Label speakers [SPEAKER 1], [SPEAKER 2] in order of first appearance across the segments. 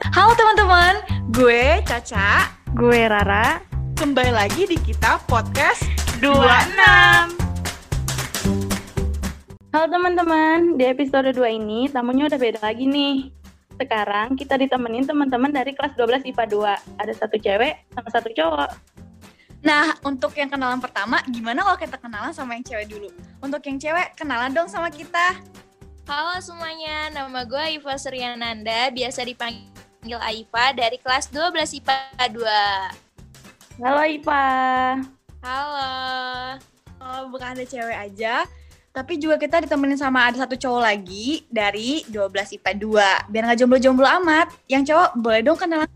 [SPEAKER 1] Halo teman-teman, gue Caca.
[SPEAKER 2] Gue Rara.
[SPEAKER 1] Kembali lagi di kita podcast
[SPEAKER 2] 26. Halo teman-teman, di episode 2 ini tamunya udah beda lagi nih. Sekarang kita ditemenin teman-teman dari kelas 12 IPA 2. Ada satu cewek sama satu cowok.
[SPEAKER 1] Nah, untuk yang kenalan pertama, gimana kalau kita kenalan sama yang cewek dulu? Untuk yang cewek, kenalan dong sama kita.
[SPEAKER 3] Halo semuanya, nama gue Iva Suryananda, biasa dipanggil Aiva dari kelas 12 IPA
[SPEAKER 2] Halo IPA.
[SPEAKER 3] 2. Halo.
[SPEAKER 1] Oh, bukan ada cewek aja, tapi juga kita ditemenin sama ada satu cowok lagi dari 12 IPA 2. Biar nggak jomblo-jomblo amat. Yang cowok, boleh dong kenalan.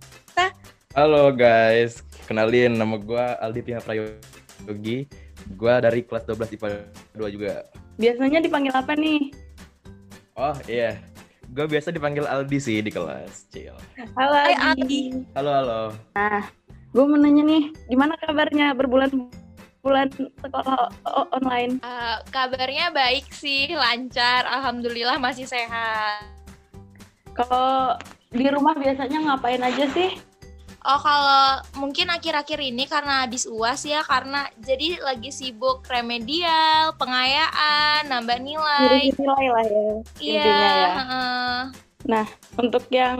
[SPEAKER 4] Halo guys, kenalin nama gua Aldi Prima Prayogi. Gua dari kelas 12 IPA 2 juga.
[SPEAKER 2] Biasanya dipanggil apa nih?
[SPEAKER 4] Oh iya, gua biasa dipanggil Aldi sih di kelas. Cil.
[SPEAKER 2] Halo
[SPEAKER 1] Hai,
[SPEAKER 2] Adi.
[SPEAKER 4] Halo halo.
[SPEAKER 2] Gue mau nanya nih, gimana kabarnya berbulan-bulan sekolah o- online?
[SPEAKER 3] Eh, kabarnya baik sih, lancar, alhamdulillah masih sehat.
[SPEAKER 2] Kalau di rumah biasanya ngapain aja sih?
[SPEAKER 3] Oh kalau mungkin akhir-akhir ini karena habis uas ya, karena jadi lagi sibuk remedial, pengayaan, nambah nilai.
[SPEAKER 2] Ngiri-ngiri nilai lah ya.
[SPEAKER 3] Iya,
[SPEAKER 2] intinya ya.
[SPEAKER 3] heeh.
[SPEAKER 2] Untuk yang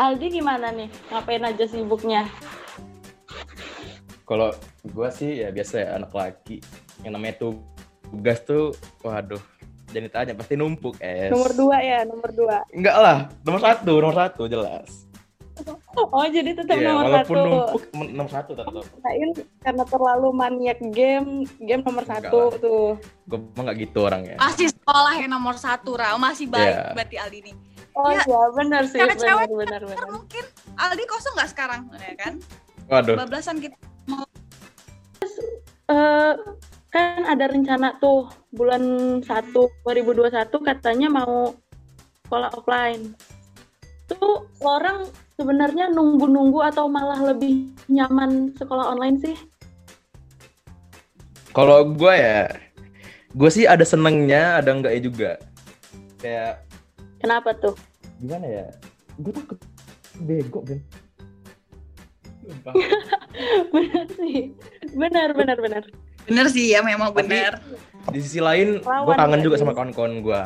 [SPEAKER 2] Aldi gimana nih? Ngapain aja sibuknya?
[SPEAKER 4] Kalau gua sih ya biasa ya anak laki. Yang namanya tugas tuh waduh, jangan ditanya pasti numpuk es.
[SPEAKER 2] Nomor dua ya, nomor dua.
[SPEAKER 4] Enggak lah, nomor satu, nomor satu jelas.
[SPEAKER 2] Oh jadi tetap
[SPEAKER 4] Iya,
[SPEAKER 2] nomor
[SPEAKER 4] walaupun
[SPEAKER 2] satu.
[SPEAKER 4] numpuk men- nomor satu tetap.
[SPEAKER 2] Kirain karena terlalu maniak game, game nomor
[SPEAKER 4] Enggak
[SPEAKER 2] satu
[SPEAKER 4] lah.
[SPEAKER 2] tuh.
[SPEAKER 4] Gua mah nggak gitu orangnya.
[SPEAKER 1] Masih sekolah yang nomor satu, Ra. Masih baik
[SPEAKER 4] Iya.
[SPEAKER 1] berarti Aldi nih.
[SPEAKER 2] Oh
[SPEAKER 1] Ya,
[SPEAKER 2] iya benar sih,
[SPEAKER 1] cewek-
[SPEAKER 2] benar benar
[SPEAKER 1] Ntar
[SPEAKER 2] benar.
[SPEAKER 1] mungkin Aldi kosong nggak sekarang, ya kan?
[SPEAKER 4] Waduh,
[SPEAKER 1] Bablasan kita.
[SPEAKER 2] Eh, kan ada rencana tuh bulan 1 2021 katanya mau sekolah offline. Tuh orang sebenarnya nunggu-nunggu atau malah lebih nyaman sekolah online sih?
[SPEAKER 4] Kalau gue ya, gue sih ada senengnya, ada enggaknya juga. Kayak
[SPEAKER 2] Kenapa tuh?
[SPEAKER 4] gimana ya? Gue takut bego Ben. Sumpah.
[SPEAKER 2] benar sih benar benar benar
[SPEAKER 1] Bener sih ya, memang
[SPEAKER 4] Tapi-
[SPEAKER 1] bener.
[SPEAKER 4] Di sisi lain, gue
[SPEAKER 2] Lawan
[SPEAKER 4] kangen
[SPEAKER 2] ya,
[SPEAKER 4] juga
[SPEAKER 2] Ben.
[SPEAKER 4] sama kawan-kawan gue.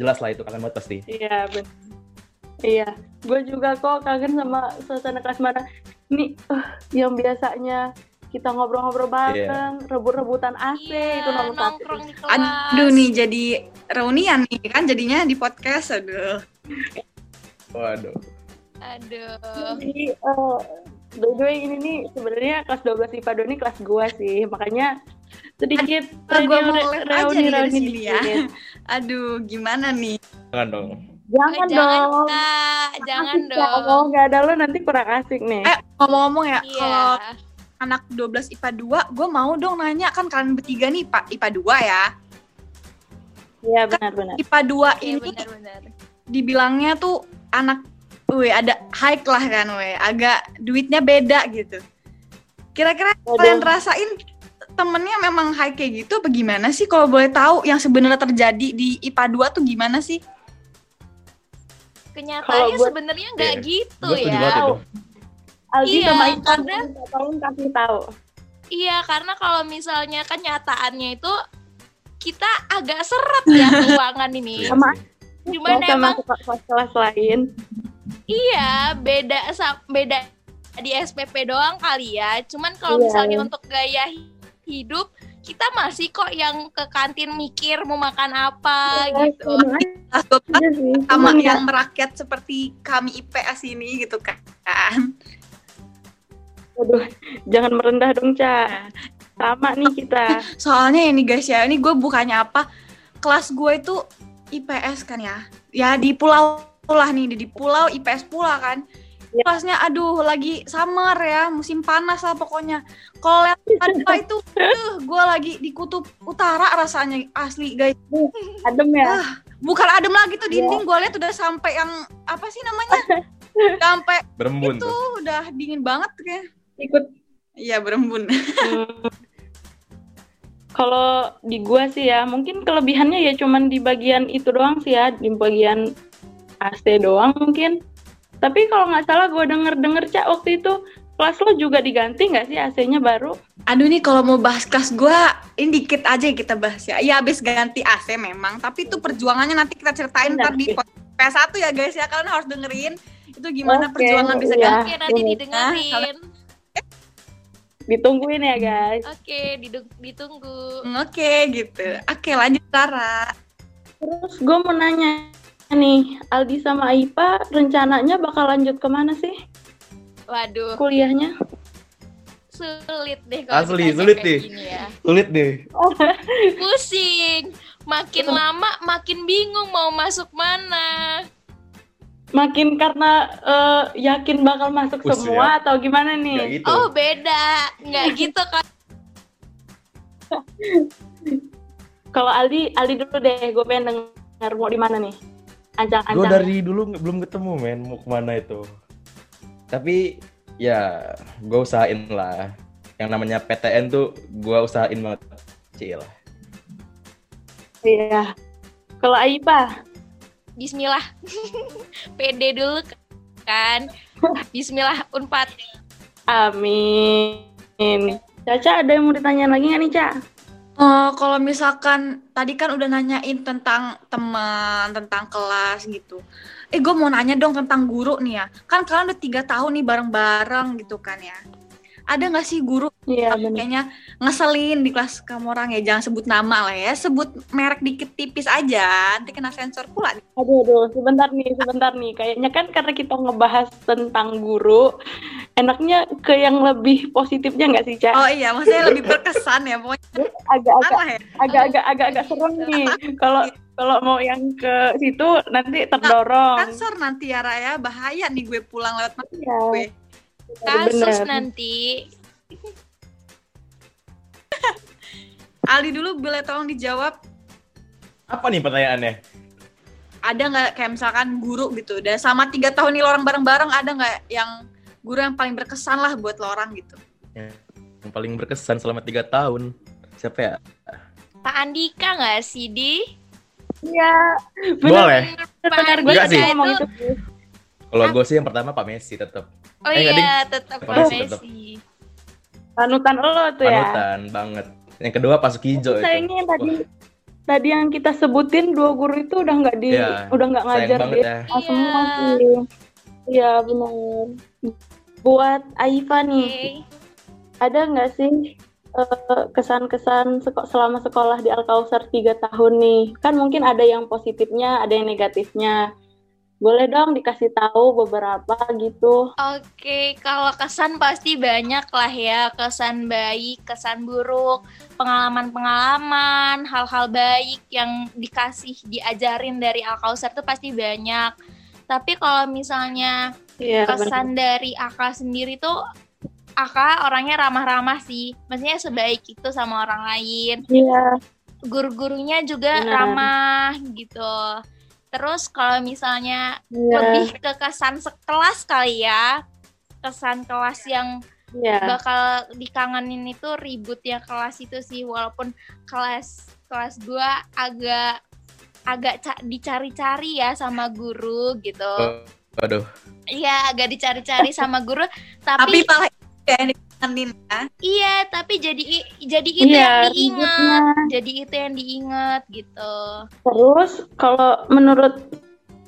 [SPEAKER 4] Jelas lah itu kangen banget pasti.
[SPEAKER 2] iya benar iya gue juga kok kangen sama suasana kelas mana nih eh, yang biasanya kita ngobrol-ngobrol bareng rebut-rebutan AC itu
[SPEAKER 3] Iya,
[SPEAKER 2] nomor satu
[SPEAKER 3] nongkrong di kelas.
[SPEAKER 1] Aduh nih jadi reunian nih kan jadinya di podcast aduh.
[SPEAKER 4] Waduh.
[SPEAKER 3] Aduh.
[SPEAKER 2] jadi eh, by the way ini nih sebenarnya kelas 12 IPA 2 ini kelas gua sih makanya sedikit
[SPEAKER 1] Aduh, gua mau
[SPEAKER 2] reuni-
[SPEAKER 1] lihat aja nih dari
[SPEAKER 2] reuni
[SPEAKER 1] sini ya.
[SPEAKER 2] dikit.
[SPEAKER 1] Aduh gimana nih?
[SPEAKER 4] Jangan dong.
[SPEAKER 2] jangan
[SPEAKER 3] Eh, jangan,
[SPEAKER 2] dong
[SPEAKER 3] Kak. Jangan
[SPEAKER 2] Asik, Kak.
[SPEAKER 3] dong.
[SPEAKER 2] kalau nggak ada lo nanti kurang asik nih
[SPEAKER 1] Eh ngomong-ngomong ya
[SPEAKER 3] Iya.
[SPEAKER 1] kalau anak 12 IPA 2 gue mau dong nanya kan kalian bertiga nih Pak IPA 2 ya.
[SPEAKER 2] iya benar-benar
[SPEAKER 1] IPA 2
[SPEAKER 3] Iya
[SPEAKER 1] ini
[SPEAKER 3] benar-benar.
[SPEAKER 1] dibilangnya tuh anak we ada high lah kan we agak duitnya beda gitu. Kira-kira kalian
[SPEAKER 2] Waduh.
[SPEAKER 1] rasain temennya memang high kayak gitu apa gimana sih kalau boleh tahu yang sebenarnya terjadi di IPA 2 tuh gimana sih?
[SPEAKER 3] Kenyataannya
[SPEAKER 2] gua-
[SPEAKER 3] sebenarnya nggak
[SPEAKER 4] Iya.
[SPEAKER 3] gitu
[SPEAKER 4] Gue setuju banget
[SPEAKER 3] ya.
[SPEAKER 4] itu.
[SPEAKER 2] Aldi
[SPEAKER 3] Iya,
[SPEAKER 2] sama Intan
[SPEAKER 3] karena-
[SPEAKER 2] tolong kasih tahu.
[SPEAKER 3] Iya, karena kalau misalnya kenyataannya itu kita agak seret ya keuangan
[SPEAKER 4] Iya
[SPEAKER 3] ini.
[SPEAKER 2] Sama
[SPEAKER 3] Cuman
[SPEAKER 2] Mau sama
[SPEAKER 3] emang
[SPEAKER 2] kelas kelas lain.
[SPEAKER 3] iya beda sa- beda di SPP doang kali ya. Cuman kalau
[SPEAKER 2] Iya.
[SPEAKER 3] misalnya untuk gaya hi- hidup kita masih kok yang ke kantin mikir mau makan apa gitu.
[SPEAKER 2] Eh, Sama
[SPEAKER 1] Kelas 12
[SPEAKER 2] aja sih.
[SPEAKER 1] sama
[SPEAKER 2] Cuman ya,
[SPEAKER 1] yang merakyat seperti kami IPS ini gitu kan.
[SPEAKER 2] ya, aduh, jangan merendah dong, Ca. Sama nih kita.
[SPEAKER 1] Soalnya ini guys ya, ini gue bukannya apa, kelas gue itu IPS kan ya. Ya di pulau lah nih, di, di pulau IPS pula kan.
[SPEAKER 2] Ya.
[SPEAKER 1] Kelasnya aduh lagi summer ya, musim panas lah pokoknya. Kalau lihat Padua itu, aduh gue lagi di kutub utara rasanya asli guys.
[SPEAKER 2] Adem ya.
[SPEAKER 1] Bukan adem lagi tuh dinding, gue lihat udah sampai yang apa sih namanya? sampai
[SPEAKER 4] Berembun
[SPEAKER 1] itu
[SPEAKER 4] tuh.
[SPEAKER 1] udah dingin banget kayak.
[SPEAKER 2] Ikut
[SPEAKER 1] Iya berembun.
[SPEAKER 2] Hmm. Kalau di gua sih ya, mungkin kelebihannya ya cuman di bagian itu doang sih ya, di bagian AC doang mungkin. Tapi kalau nggak salah gue denger-denger Cak waktu itu kelas lo juga diganti nggak sih AC-nya baru?
[SPEAKER 1] Aduh nih kalau mau bahas kelas gue, ini dikit aja yang kita bahas ya. Ya abis ganti AC memang, tapi itu perjuangannya nanti kita ceritain
[SPEAKER 2] Benar
[SPEAKER 1] ntar di
[SPEAKER 2] sih.
[SPEAKER 1] pod- PS1 ya guys ya. Kalian harus dengerin itu gimana
[SPEAKER 2] Oke,
[SPEAKER 1] perjuangan bisa
[SPEAKER 2] iya.
[SPEAKER 1] ganti.
[SPEAKER 3] Oke, nanti
[SPEAKER 2] Nah,
[SPEAKER 3] didengerin.
[SPEAKER 2] Ditungguin ya guys.
[SPEAKER 3] Oke, didu- ditunggu.
[SPEAKER 1] Hmm, Oke gitu. Oke lanjut Tara.
[SPEAKER 2] Terus gue mau nanya nih, Aldi sama Aipa rencananya bakal lanjut kemana sih
[SPEAKER 3] Waduh,
[SPEAKER 2] kuliahnya?
[SPEAKER 3] sulit deh kalau
[SPEAKER 4] Asli,
[SPEAKER 3] ditanya
[SPEAKER 4] sulit
[SPEAKER 3] kayak
[SPEAKER 4] deh.
[SPEAKER 3] gini ya.
[SPEAKER 4] Sulit deh.
[SPEAKER 3] Pusing. Makin lama makin bingung mau masuk mana.
[SPEAKER 2] Makin karena eh, yakin bakal masuk
[SPEAKER 4] Usia.
[SPEAKER 2] semua atau gimana
[SPEAKER 4] Ya
[SPEAKER 2] nih?
[SPEAKER 4] gitu.
[SPEAKER 3] Oh, beda. Nggak gitu kan.
[SPEAKER 2] Kalau Aldi, Aldi dulu deh, gue pengen denger mau di mana nih?
[SPEAKER 4] gue
[SPEAKER 2] Ancang-ancang.
[SPEAKER 4] dari dulu nge- belum ketemu men mau kemana itu tapi ya gue usahain lah yang namanya PTN tuh gue usahain banget kecil
[SPEAKER 2] Iya. Kalau Aipa,
[SPEAKER 3] Bismillah. Pede dulu kan. Bismillah Unpad.
[SPEAKER 2] amin. Caca ada yang mau ditanyain lagi nggak nih, Ca?
[SPEAKER 1] Eh, kalau misalkan tadi kan udah nanyain tentang teman, tentang kelas gitu. Eh, gue mau nanya dong tentang guru nih ya. Kan kalian udah tiga tahun nih bareng-bareng gitu kan ya. Ada nggak sih guru
[SPEAKER 2] Iya,
[SPEAKER 1] yang
[SPEAKER 2] benar.
[SPEAKER 1] kayaknya ngeselin di kelas kamu orang ya? Jangan sebut nama lah ya, sebut merek dikit tipis aja. Nanti kena sensor pula.
[SPEAKER 2] Aduh, aduh, sebentar nih, sebentar nih. Kayaknya kan karena kita ngebahas tentang guru, enaknya ke yang lebih positifnya nggak sih, Ca?
[SPEAKER 1] Oh iya, maksudnya lebih berkesan ya. Pokoknya
[SPEAKER 2] Agak-agak,
[SPEAKER 1] lah ya.
[SPEAKER 2] agak-agak, agak-agak serem nih. Kalau kalau mau yang ke situ nanti terdorong.
[SPEAKER 1] Sensor nanti ya Raya, bahaya nih gue pulang lewat mata
[SPEAKER 2] Iya,
[SPEAKER 1] gue.
[SPEAKER 3] Nah, Kasus
[SPEAKER 2] bener.
[SPEAKER 3] nanti.
[SPEAKER 1] Aldi dulu boleh tolong dijawab
[SPEAKER 4] apa nih pertanyaannya
[SPEAKER 1] ada nggak kayak misalkan guru gitu udah sama tiga tahun nih lo orang bareng-bareng ada nggak yang guru yang paling berkesan lah buat lo orang gitu
[SPEAKER 4] yang paling berkesan selama tiga tahun siapa ya
[SPEAKER 3] Pak Andika nggak sih, Di?
[SPEAKER 2] Iya, benar.
[SPEAKER 4] boleh
[SPEAKER 2] Benar, gue
[SPEAKER 4] Nggak
[SPEAKER 2] tadi
[SPEAKER 4] sih.
[SPEAKER 2] ngomong itu.
[SPEAKER 4] kalau gue sih yang pertama Pak Messi tetap
[SPEAKER 3] Oh
[SPEAKER 4] Eh, nggak,
[SPEAKER 3] iya, tetap
[SPEAKER 4] Tetap,
[SPEAKER 3] Pak
[SPEAKER 4] tetap.
[SPEAKER 3] Messi.
[SPEAKER 2] Panutan lo tuh ya.
[SPEAKER 4] panutan banget yang kedua Pak Sukijo itu
[SPEAKER 2] sayangnya yang tadi tadi yang kita sebutin dua guru itu udah nggak di
[SPEAKER 4] Iya,
[SPEAKER 2] udah nggak ngajar
[SPEAKER 4] sayang banget
[SPEAKER 2] di
[SPEAKER 4] ya
[SPEAKER 2] SMA semua
[SPEAKER 3] Iya.
[SPEAKER 2] sih iya benar buat Aifa
[SPEAKER 3] Oke.
[SPEAKER 2] nih ada nggak sih eh, kesan-kesan seko- selama sekolah di Alkausar tiga tahun nih kan mungkin ada yang positifnya ada yang negatifnya boleh dong dikasih tahu beberapa gitu
[SPEAKER 3] Oke, kalau kesan pasti banyak lah ya. Kesan baik, kesan buruk, pengalaman-pengalaman, hal-hal baik yang dikasih, diajarin dari Alkausar tuh pasti banyak. Tapi kalau misalnya
[SPEAKER 2] Iya, benar.
[SPEAKER 3] kesan dari Aka sendiri tuh, Aka orangnya ramah-ramah sih. Maksudnya sebaik itu sama orang lain.
[SPEAKER 2] iya
[SPEAKER 3] Guru-gurunya juga
[SPEAKER 2] Benar.
[SPEAKER 3] ramah gitu. Terus kalau misalnya
[SPEAKER 2] iya
[SPEAKER 3] lebih ke kesan sekelas kali ya kesan kelas yang
[SPEAKER 2] iya
[SPEAKER 3] bakal dikangenin itu ributnya kelas itu sih walaupun kelas kelas gua agak agak ca- dicari-cari ya sama guru
[SPEAKER 2] Oh.
[SPEAKER 3] gitu
[SPEAKER 4] ya. waduh
[SPEAKER 3] iya agak dicari-cari sama guru
[SPEAKER 1] tapi
[SPEAKER 3] tapi,
[SPEAKER 1] malah kayak yang dikangenin ya
[SPEAKER 3] iya tapi jadi i- jadi itu
[SPEAKER 2] Iya,
[SPEAKER 3] yang diingat
[SPEAKER 2] ributnya.
[SPEAKER 3] jadi itu yang diingat gitu
[SPEAKER 2] Terus kalau menurut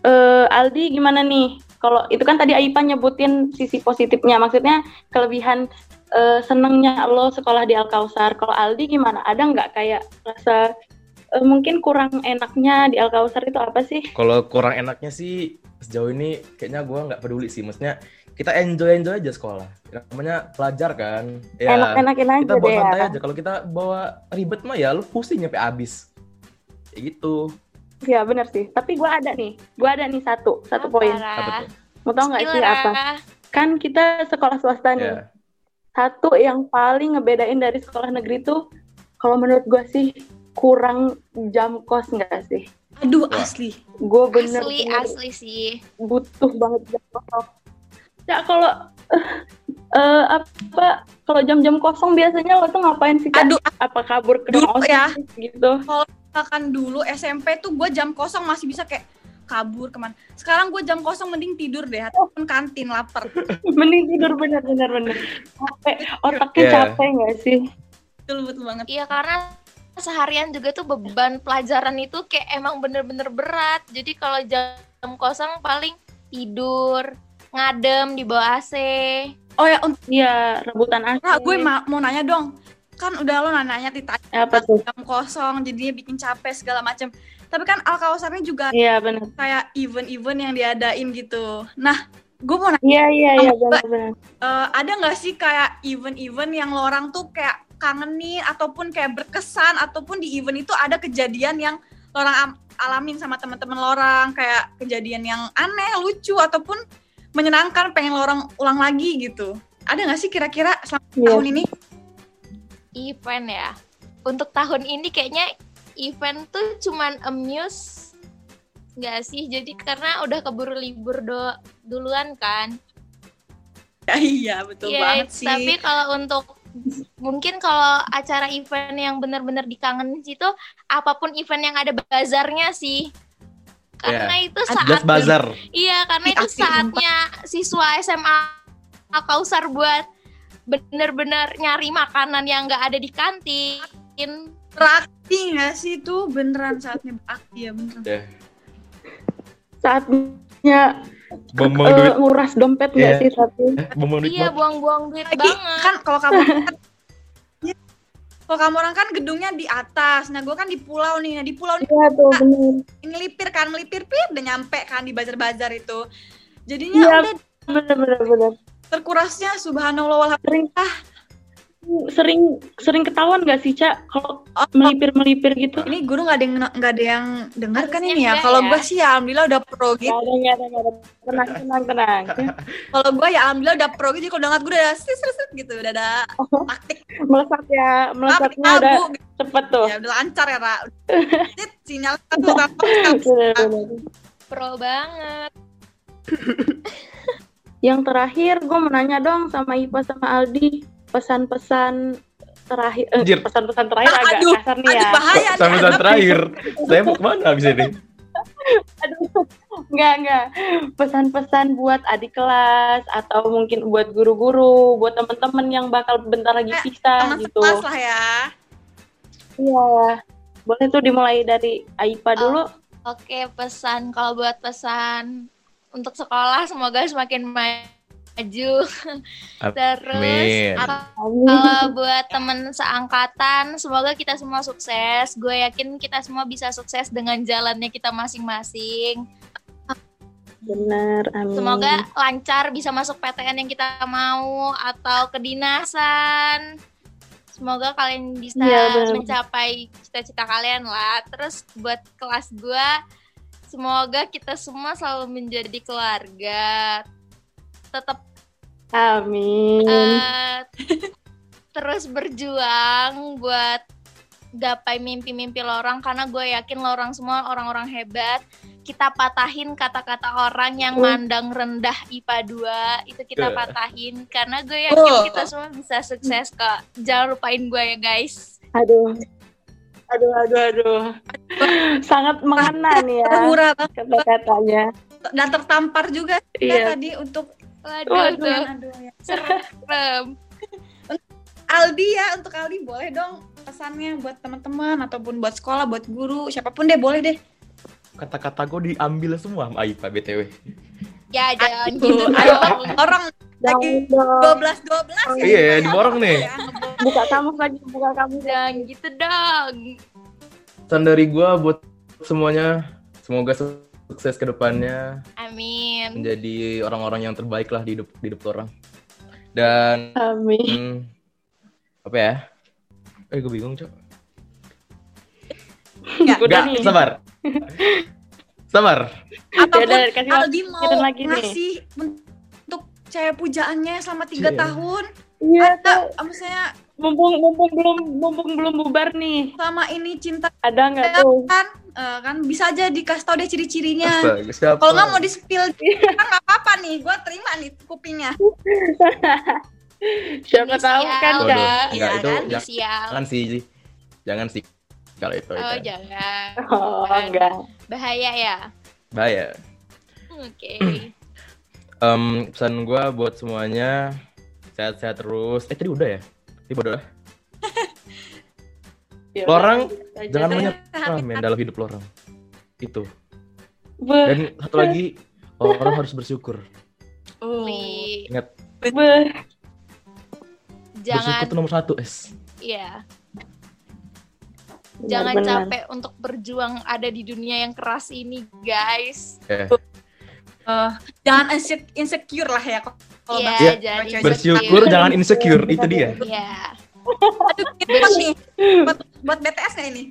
[SPEAKER 2] eh, Aldi gimana nih? Kalau itu kan tadi Aipa nyebutin sisi positifnya, maksudnya kelebihan eh, senengnya lo sekolah di Alkausar. Kalau Aldi gimana? Ada nggak kayak rasa eh, mungkin kurang enaknya di Alkausar itu apa sih?
[SPEAKER 4] kalau kurang enaknya sih sejauh ini kayaknya gue nggak peduli sih maksudnya kita enjoy enjoy aja sekolah namanya pelajar kan ya
[SPEAKER 2] Enak-enakin aja
[SPEAKER 4] kita bawa
[SPEAKER 2] deh.
[SPEAKER 4] santai
[SPEAKER 2] Ya.
[SPEAKER 4] aja kalau kita bawa ribet mah ya lu pusing nyampe abis kayak gitu
[SPEAKER 2] Iya benar sih. Tapi gua ada nih, gua ada nih satu satu poin.
[SPEAKER 3] Ah,
[SPEAKER 4] apa tuh
[SPEAKER 2] Mau tau nggak sih
[SPEAKER 3] Iya,
[SPEAKER 2] apa? Kan kita sekolah swasta nih.
[SPEAKER 4] ya
[SPEAKER 2] satu yang paling ngebedain dari sekolah negeri tuh kalau menurut gue sih kurang jam kos nggak sih
[SPEAKER 1] aduh
[SPEAKER 4] Wah.
[SPEAKER 1] asli
[SPEAKER 2] gue bener,
[SPEAKER 3] asli
[SPEAKER 2] bener
[SPEAKER 3] asli sih
[SPEAKER 2] butuh banget jam kosong ya kalau eh, apa kalau jam-jam kosong biasanya lo tuh ngapain sih Kak?
[SPEAKER 1] aduh
[SPEAKER 2] apa kabur ke
[SPEAKER 1] Dulu
[SPEAKER 2] osis
[SPEAKER 1] ya.
[SPEAKER 2] gitu
[SPEAKER 1] misalkan dulu SMP tuh gue jam kosong masih bisa kayak kabur kemana. Sekarang gue jam kosong mending tidur deh ataupun kantin lapar.
[SPEAKER 2] Mending tidur benar-benar benar. Capek, otaknya
[SPEAKER 4] Iya.
[SPEAKER 2] capek nggak sih?
[SPEAKER 1] Betul betul banget.
[SPEAKER 3] Iya karena seharian juga tuh beban pelajaran itu kayak emang bener-bener berat. Jadi kalau jam kosong paling tidur, ngadem di bawah AC.
[SPEAKER 1] Oh ya, untuk
[SPEAKER 2] Iya, rebutan AC.
[SPEAKER 1] Ra, gue ma- mau nanya dong. Kan udah lo nanya ditanya
[SPEAKER 2] Apa tuh?
[SPEAKER 1] jam kosong jadinya bikin capek segala macam. Tapi kan Al Kausarnya juga
[SPEAKER 2] Iya benar.
[SPEAKER 1] kayak event-event yang diadain gitu. Nah, gue mau nanya,
[SPEAKER 2] Iya iya iya benar-benar.
[SPEAKER 1] eh, ada nggak sih kayak event-event yang lo orang tuh kayak kangenin ataupun kayak berkesan ataupun di event itu ada kejadian yang lo orang am- alamin sama teman-teman lo orang kayak kejadian yang aneh, lucu ataupun menyenangkan pengen lo orang ulang lagi gitu. Ada nggak sih kira-kira selama
[SPEAKER 2] Iya.
[SPEAKER 1] tahun ini?
[SPEAKER 3] Event ya. Untuk tahun ini kayaknya event tuh cuman amuse nggak sih? Jadi karena udah keburu libur do duluan kan.
[SPEAKER 1] Ya, iya, betul
[SPEAKER 3] Iya,
[SPEAKER 1] banget sih.
[SPEAKER 3] Tapi kalau untuk mungkin kalau acara event yang benar-benar dikangenin situ apapun event yang ada bazarnya sih. Karena
[SPEAKER 1] Iya.
[SPEAKER 3] itu saat
[SPEAKER 4] Just bazar.
[SPEAKER 3] Iya, karena
[SPEAKER 1] Ih,
[SPEAKER 3] itu
[SPEAKER 1] asli,
[SPEAKER 3] saatnya siswa SMA Kausar buat benar-benar nyari makanan yang nggak ada di kantin.
[SPEAKER 1] Berakti nggak sih itu beneran saatnya berakti ya beneran.
[SPEAKER 2] Saatnya
[SPEAKER 4] Bumbung
[SPEAKER 2] eh,
[SPEAKER 4] duit,
[SPEAKER 2] nguras dompet
[SPEAKER 4] Iya.
[SPEAKER 2] nggak sih tapi
[SPEAKER 4] bumbung duit.
[SPEAKER 3] Iya,
[SPEAKER 4] buat-
[SPEAKER 3] buang-buang duit
[SPEAKER 1] lagi
[SPEAKER 3] banget.
[SPEAKER 1] kan kalau kamu Iya. kalau kamu orang kan gedungnya di atas nah gue kan di pulau nih nah di pulau nih
[SPEAKER 2] Iya tuh benar.
[SPEAKER 1] ngelipir kan melipir pir udah nyampe kan di bazar-bazar itu jadinya udah
[SPEAKER 2] Iya benar-benar benar.
[SPEAKER 1] terkurasnya subhanallah walham-
[SPEAKER 2] Sering
[SPEAKER 1] Ah.
[SPEAKER 2] sering sering ketahuan nggak sih Cak kalau
[SPEAKER 1] Oh,
[SPEAKER 2] melipir-melipir gitu?
[SPEAKER 1] ini guru nggak ada yang nggak ada yang dengar kan
[SPEAKER 3] Harusnya
[SPEAKER 1] ini ya
[SPEAKER 3] enggak
[SPEAKER 1] kalau
[SPEAKER 3] ya. Iya.
[SPEAKER 1] gue sih ya alhamdulillah udah pro
[SPEAKER 2] Gak
[SPEAKER 1] gitu
[SPEAKER 2] ada, gak ada, gak ada. Tenang, tenang, tenang.
[SPEAKER 1] kalau gue ya alhamdulillah udah pro gitu jadi kalau dengar gue udah srit, srit, srit gitu udah ada taktik
[SPEAKER 2] Oh, Melesat ya, melesatnya
[SPEAKER 1] ah,
[SPEAKER 2] udah
[SPEAKER 1] bu, gitu
[SPEAKER 2] cepet tuh.
[SPEAKER 1] ya udah lancar ya Ra Srit, sinyal satu tanpa
[SPEAKER 2] Bener-bener.
[SPEAKER 3] Pro banget.
[SPEAKER 2] Yang terakhir, gue mau nanya dong sama Ipa sama Aldi, pesan-pesan terakhir, eh,
[SPEAKER 4] Anjir.
[SPEAKER 2] pesan-pesan terakhir
[SPEAKER 1] Ah,
[SPEAKER 2] agak
[SPEAKER 1] aduh,
[SPEAKER 2] kasar nih ya.
[SPEAKER 1] aduh bahaya nih
[SPEAKER 4] Sampai saat
[SPEAKER 1] anak.
[SPEAKER 4] terakhir. Saya mau kemana abis ini?
[SPEAKER 2] Aduh, enggak, enggak. Pesan-pesan buat adik kelas, atau mungkin buat guru-guru, buat temen-temen yang bakal bentar lagi
[SPEAKER 1] Eh,
[SPEAKER 2] pisah
[SPEAKER 1] teman
[SPEAKER 2] gitu.
[SPEAKER 1] sekelas lah ya
[SPEAKER 2] Iya, boleh tuh dimulai dari Aipa dulu.
[SPEAKER 3] Oke, pesan kalau buat pesan untuk sekolah semoga semakin maju. Terus
[SPEAKER 4] Amin.
[SPEAKER 3] apa
[SPEAKER 2] Amin.
[SPEAKER 3] Kalau buat temen seangkatan, semoga kita semua sukses. Gue yakin kita semua bisa sukses dengan jalannya kita masing-masing.
[SPEAKER 2] Benar, amin.
[SPEAKER 3] Semoga lancar bisa masuk PTN yang kita mau atau kedinasan. Semoga kalian bisa
[SPEAKER 2] Iya, benar.
[SPEAKER 3] mencapai cita-cita kalian lah. Terus buat kelas gue, semoga kita semua selalu menjadi keluarga. Tetap
[SPEAKER 2] Amin.
[SPEAKER 3] Eh, terus berjuang buat gapai mimpi-mimpi lorang karena gue yakin lorang semua orang-orang hebat kita patahin kata-kata orang yang
[SPEAKER 2] Hmm.
[SPEAKER 3] mandang rendah IPA 2 itu kita
[SPEAKER 4] Eh.
[SPEAKER 3] patahin karena gue yakin
[SPEAKER 1] Oh.
[SPEAKER 3] kita semua bisa sukses kok jangan lupain gue ya guys
[SPEAKER 2] Aduh. Aduh, aduh, aduh. Sangat mengena nih ya
[SPEAKER 1] terhura banget
[SPEAKER 2] kata-katanya.
[SPEAKER 1] dan tertampar juga ya
[SPEAKER 2] Iya.
[SPEAKER 1] tadi untuk
[SPEAKER 3] waduh,
[SPEAKER 2] Waduh.
[SPEAKER 3] tuh,
[SPEAKER 1] aduh, ya.
[SPEAKER 3] serem
[SPEAKER 1] Aldi ya untuk Aldi boleh dong pesannya buat teman-teman ataupun buat sekolah buat guru siapapun deh boleh deh
[SPEAKER 4] Kata-kata gue diambil semua sama Aipa BTW.
[SPEAKER 3] ya jangan
[SPEAKER 1] Aduh,
[SPEAKER 3] gitu
[SPEAKER 1] ayo
[SPEAKER 3] dong
[SPEAKER 1] orang
[SPEAKER 2] Jangan
[SPEAKER 1] lagi
[SPEAKER 2] dong.
[SPEAKER 1] 12 12 ya
[SPEAKER 4] Oh, Iya, diborong nih.
[SPEAKER 1] Ya, ngeborong.
[SPEAKER 2] Buka kamus lagi, buka kamus
[SPEAKER 3] jangan gitu dong
[SPEAKER 4] Pesan dari gue buat semuanya, semoga sukses ke depannya.
[SPEAKER 3] amin
[SPEAKER 4] menjadi orang-orang yang terbaik lah di hidup di hidup orang dan
[SPEAKER 2] Amin.
[SPEAKER 4] hmm, apa ya eh gue bingung cok
[SPEAKER 1] Ya,
[SPEAKER 2] Udah
[SPEAKER 4] Nggak,
[SPEAKER 2] nih.
[SPEAKER 4] sabar sabar
[SPEAKER 1] apapun
[SPEAKER 2] Yaudah, kasih
[SPEAKER 1] Aldi
[SPEAKER 2] kita
[SPEAKER 1] mau
[SPEAKER 2] lagi nih.
[SPEAKER 1] ngasih untuk cahaya pujaannya selama tiga
[SPEAKER 4] Iya.
[SPEAKER 1] tahun
[SPEAKER 2] Iya, tuh.
[SPEAKER 1] atau misalnya
[SPEAKER 2] Mumpung, mumpung belum, mumpung belum bubar nih.
[SPEAKER 1] selama ini cinta
[SPEAKER 2] Ada nggak tuh?
[SPEAKER 1] kan eh, kan bisa aja dikasih tau deh ciri-cirinya
[SPEAKER 4] Astaga, siapa
[SPEAKER 1] Ya. Kalau nggak mau di spill kan nggak apa-apa nih, gue terima nih kupingnya.
[SPEAKER 2] Siapa tahu kan, Kak.
[SPEAKER 4] Waduh, enggak,
[SPEAKER 1] Iya,
[SPEAKER 4] itu ya.
[SPEAKER 1] kan?
[SPEAKER 4] jangan,
[SPEAKER 3] inisial
[SPEAKER 4] jangan sih Ji. jangan sih kalau itu,
[SPEAKER 3] oh
[SPEAKER 4] itu.
[SPEAKER 3] jangan
[SPEAKER 2] Oh, enggak.
[SPEAKER 3] bahaya ya
[SPEAKER 4] Bahaya.
[SPEAKER 3] Oke.
[SPEAKER 2] Hmm.
[SPEAKER 4] Em, pesan gue buat semuanya sehat-sehat terus. Eh tadi udah ya? Tadi udah.
[SPEAKER 2] Ya
[SPEAKER 4] Lorang,
[SPEAKER 2] udah, aja.
[SPEAKER 4] Jangan
[SPEAKER 1] Saya
[SPEAKER 4] banyak
[SPEAKER 1] sehat-
[SPEAKER 4] orang men dalam hidup lo orang. Itu.
[SPEAKER 2] Beh,
[SPEAKER 4] Dan satu lagi orang harus bersyukur.
[SPEAKER 1] Oh.
[SPEAKER 3] Li-
[SPEAKER 4] Ingat
[SPEAKER 2] beh.
[SPEAKER 3] Jangan
[SPEAKER 4] bersyukur itu nomor satu es.
[SPEAKER 3] iya,
[SPEAKER 2] Benar,
[SPEAKER 3] jangan
[SPEAKER 2] Iya, benar.
[SPEAKER 3] capek untuk berjuang ada di dunia yang keras ini, guys.
[SPEAKER 4] Eh,
[SPEAKER 1] Eh, jangan inse- insecure lah ya kalau
[SPEAKER 2] Oh,
[SPEAKER 1] kalau
[SPEAKER 3] Iya,
[SPEAKER 1] bahasa
[SPEAKER 3] jadi
[SPEAKER 1] cewek-cewek.
[SPEAKER 4] bersyukur jangan insecure itu dia.
[SPEAKER 3] Iya.
[SPEAKER 1] Aduh, kita nih buat, buat BTS nggak ini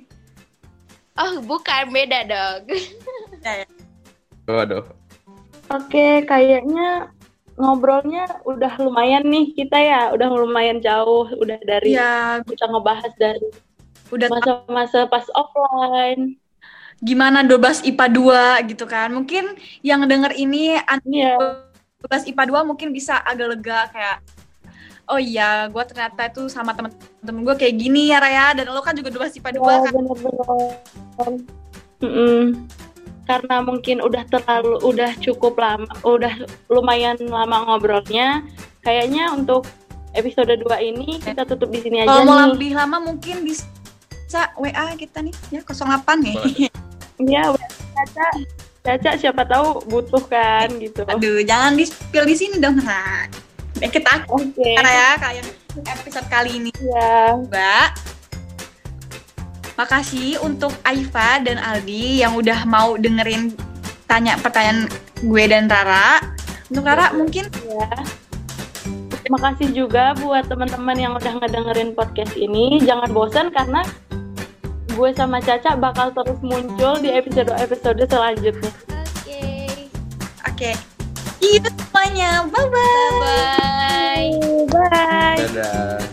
[SPEAKER 3] Oh, bukan beda dong.
[SPEAKER 4] Waduh.
[SPEAKER 2] Oke, kayaknya ngobrolnya udah lumayan nih kita ya, udah lumayan jauh, udah dari
[SPEAKER 1] ya
[SPEAKER 2] kita ngebahas dari
[SPEAKER 1] udah
[SPEAKER 2] masa-masa pas offline.
[SPEAKER 1] gimana 12 IPA 2 gitu kan mungkin yang denger ini anak
[SPEAKER 2] Iya,
[SPEAKER 1] 12 IPA 2 mungkin bisa agak lega kayak oh iya gue ternyata itu sama temen-temen gue kayak gini ya Raya dan lo kan juga 12 IPA 2
[SPEAKER 2] ya,
[SPEAKER 1] kan
[SPEAKER 2] benar-benar. Mm-mm. Karena mungkin udah terlalu, udah cukup lama, udah lumayan lama ngobrolnya. Kayaknya untuk episode 2 ini kita tutup di sini aja
[SPEAKER 1] kalau mau
[SPEAKER 2] nih.
[SPEAKER 1] lebih lama mungkin bisa WA kita nih ya 08 nih
[SPEAKER 2] Iya, Caca, Caca siapa tahu butuh kan gitu.
[SPEAKER 1] aduh jangan di spill di sini dong Ra Eh, kita
[SPEAKER 2] Oke.
[SPEAKER 1] akhirkan ya kayak episode kali ini
[SPEAKER 2] Ya,
[SPEAKER 1] Mbak. Makasih untuk Aifa dan Aldi yang udah mau dengerin tanya pertanyaan gue dan Rara. Untuk Rara mungkin
[SPEAKER 2] ya. Terima kasih juga buat teman-teman yang udah ngedengerin podcast ini. Jangan bosan karena gue sama Caca bakal terus muncul di episode-episode selanjutnya.
[SPEAKER 3] Oke.
[SPEAKER 1] oke. See you semuanya. Bye bye.
[SPEAKER 3] Bye.
[SPEAKER 2] Bye.
[SPEAKER 4] Dadah.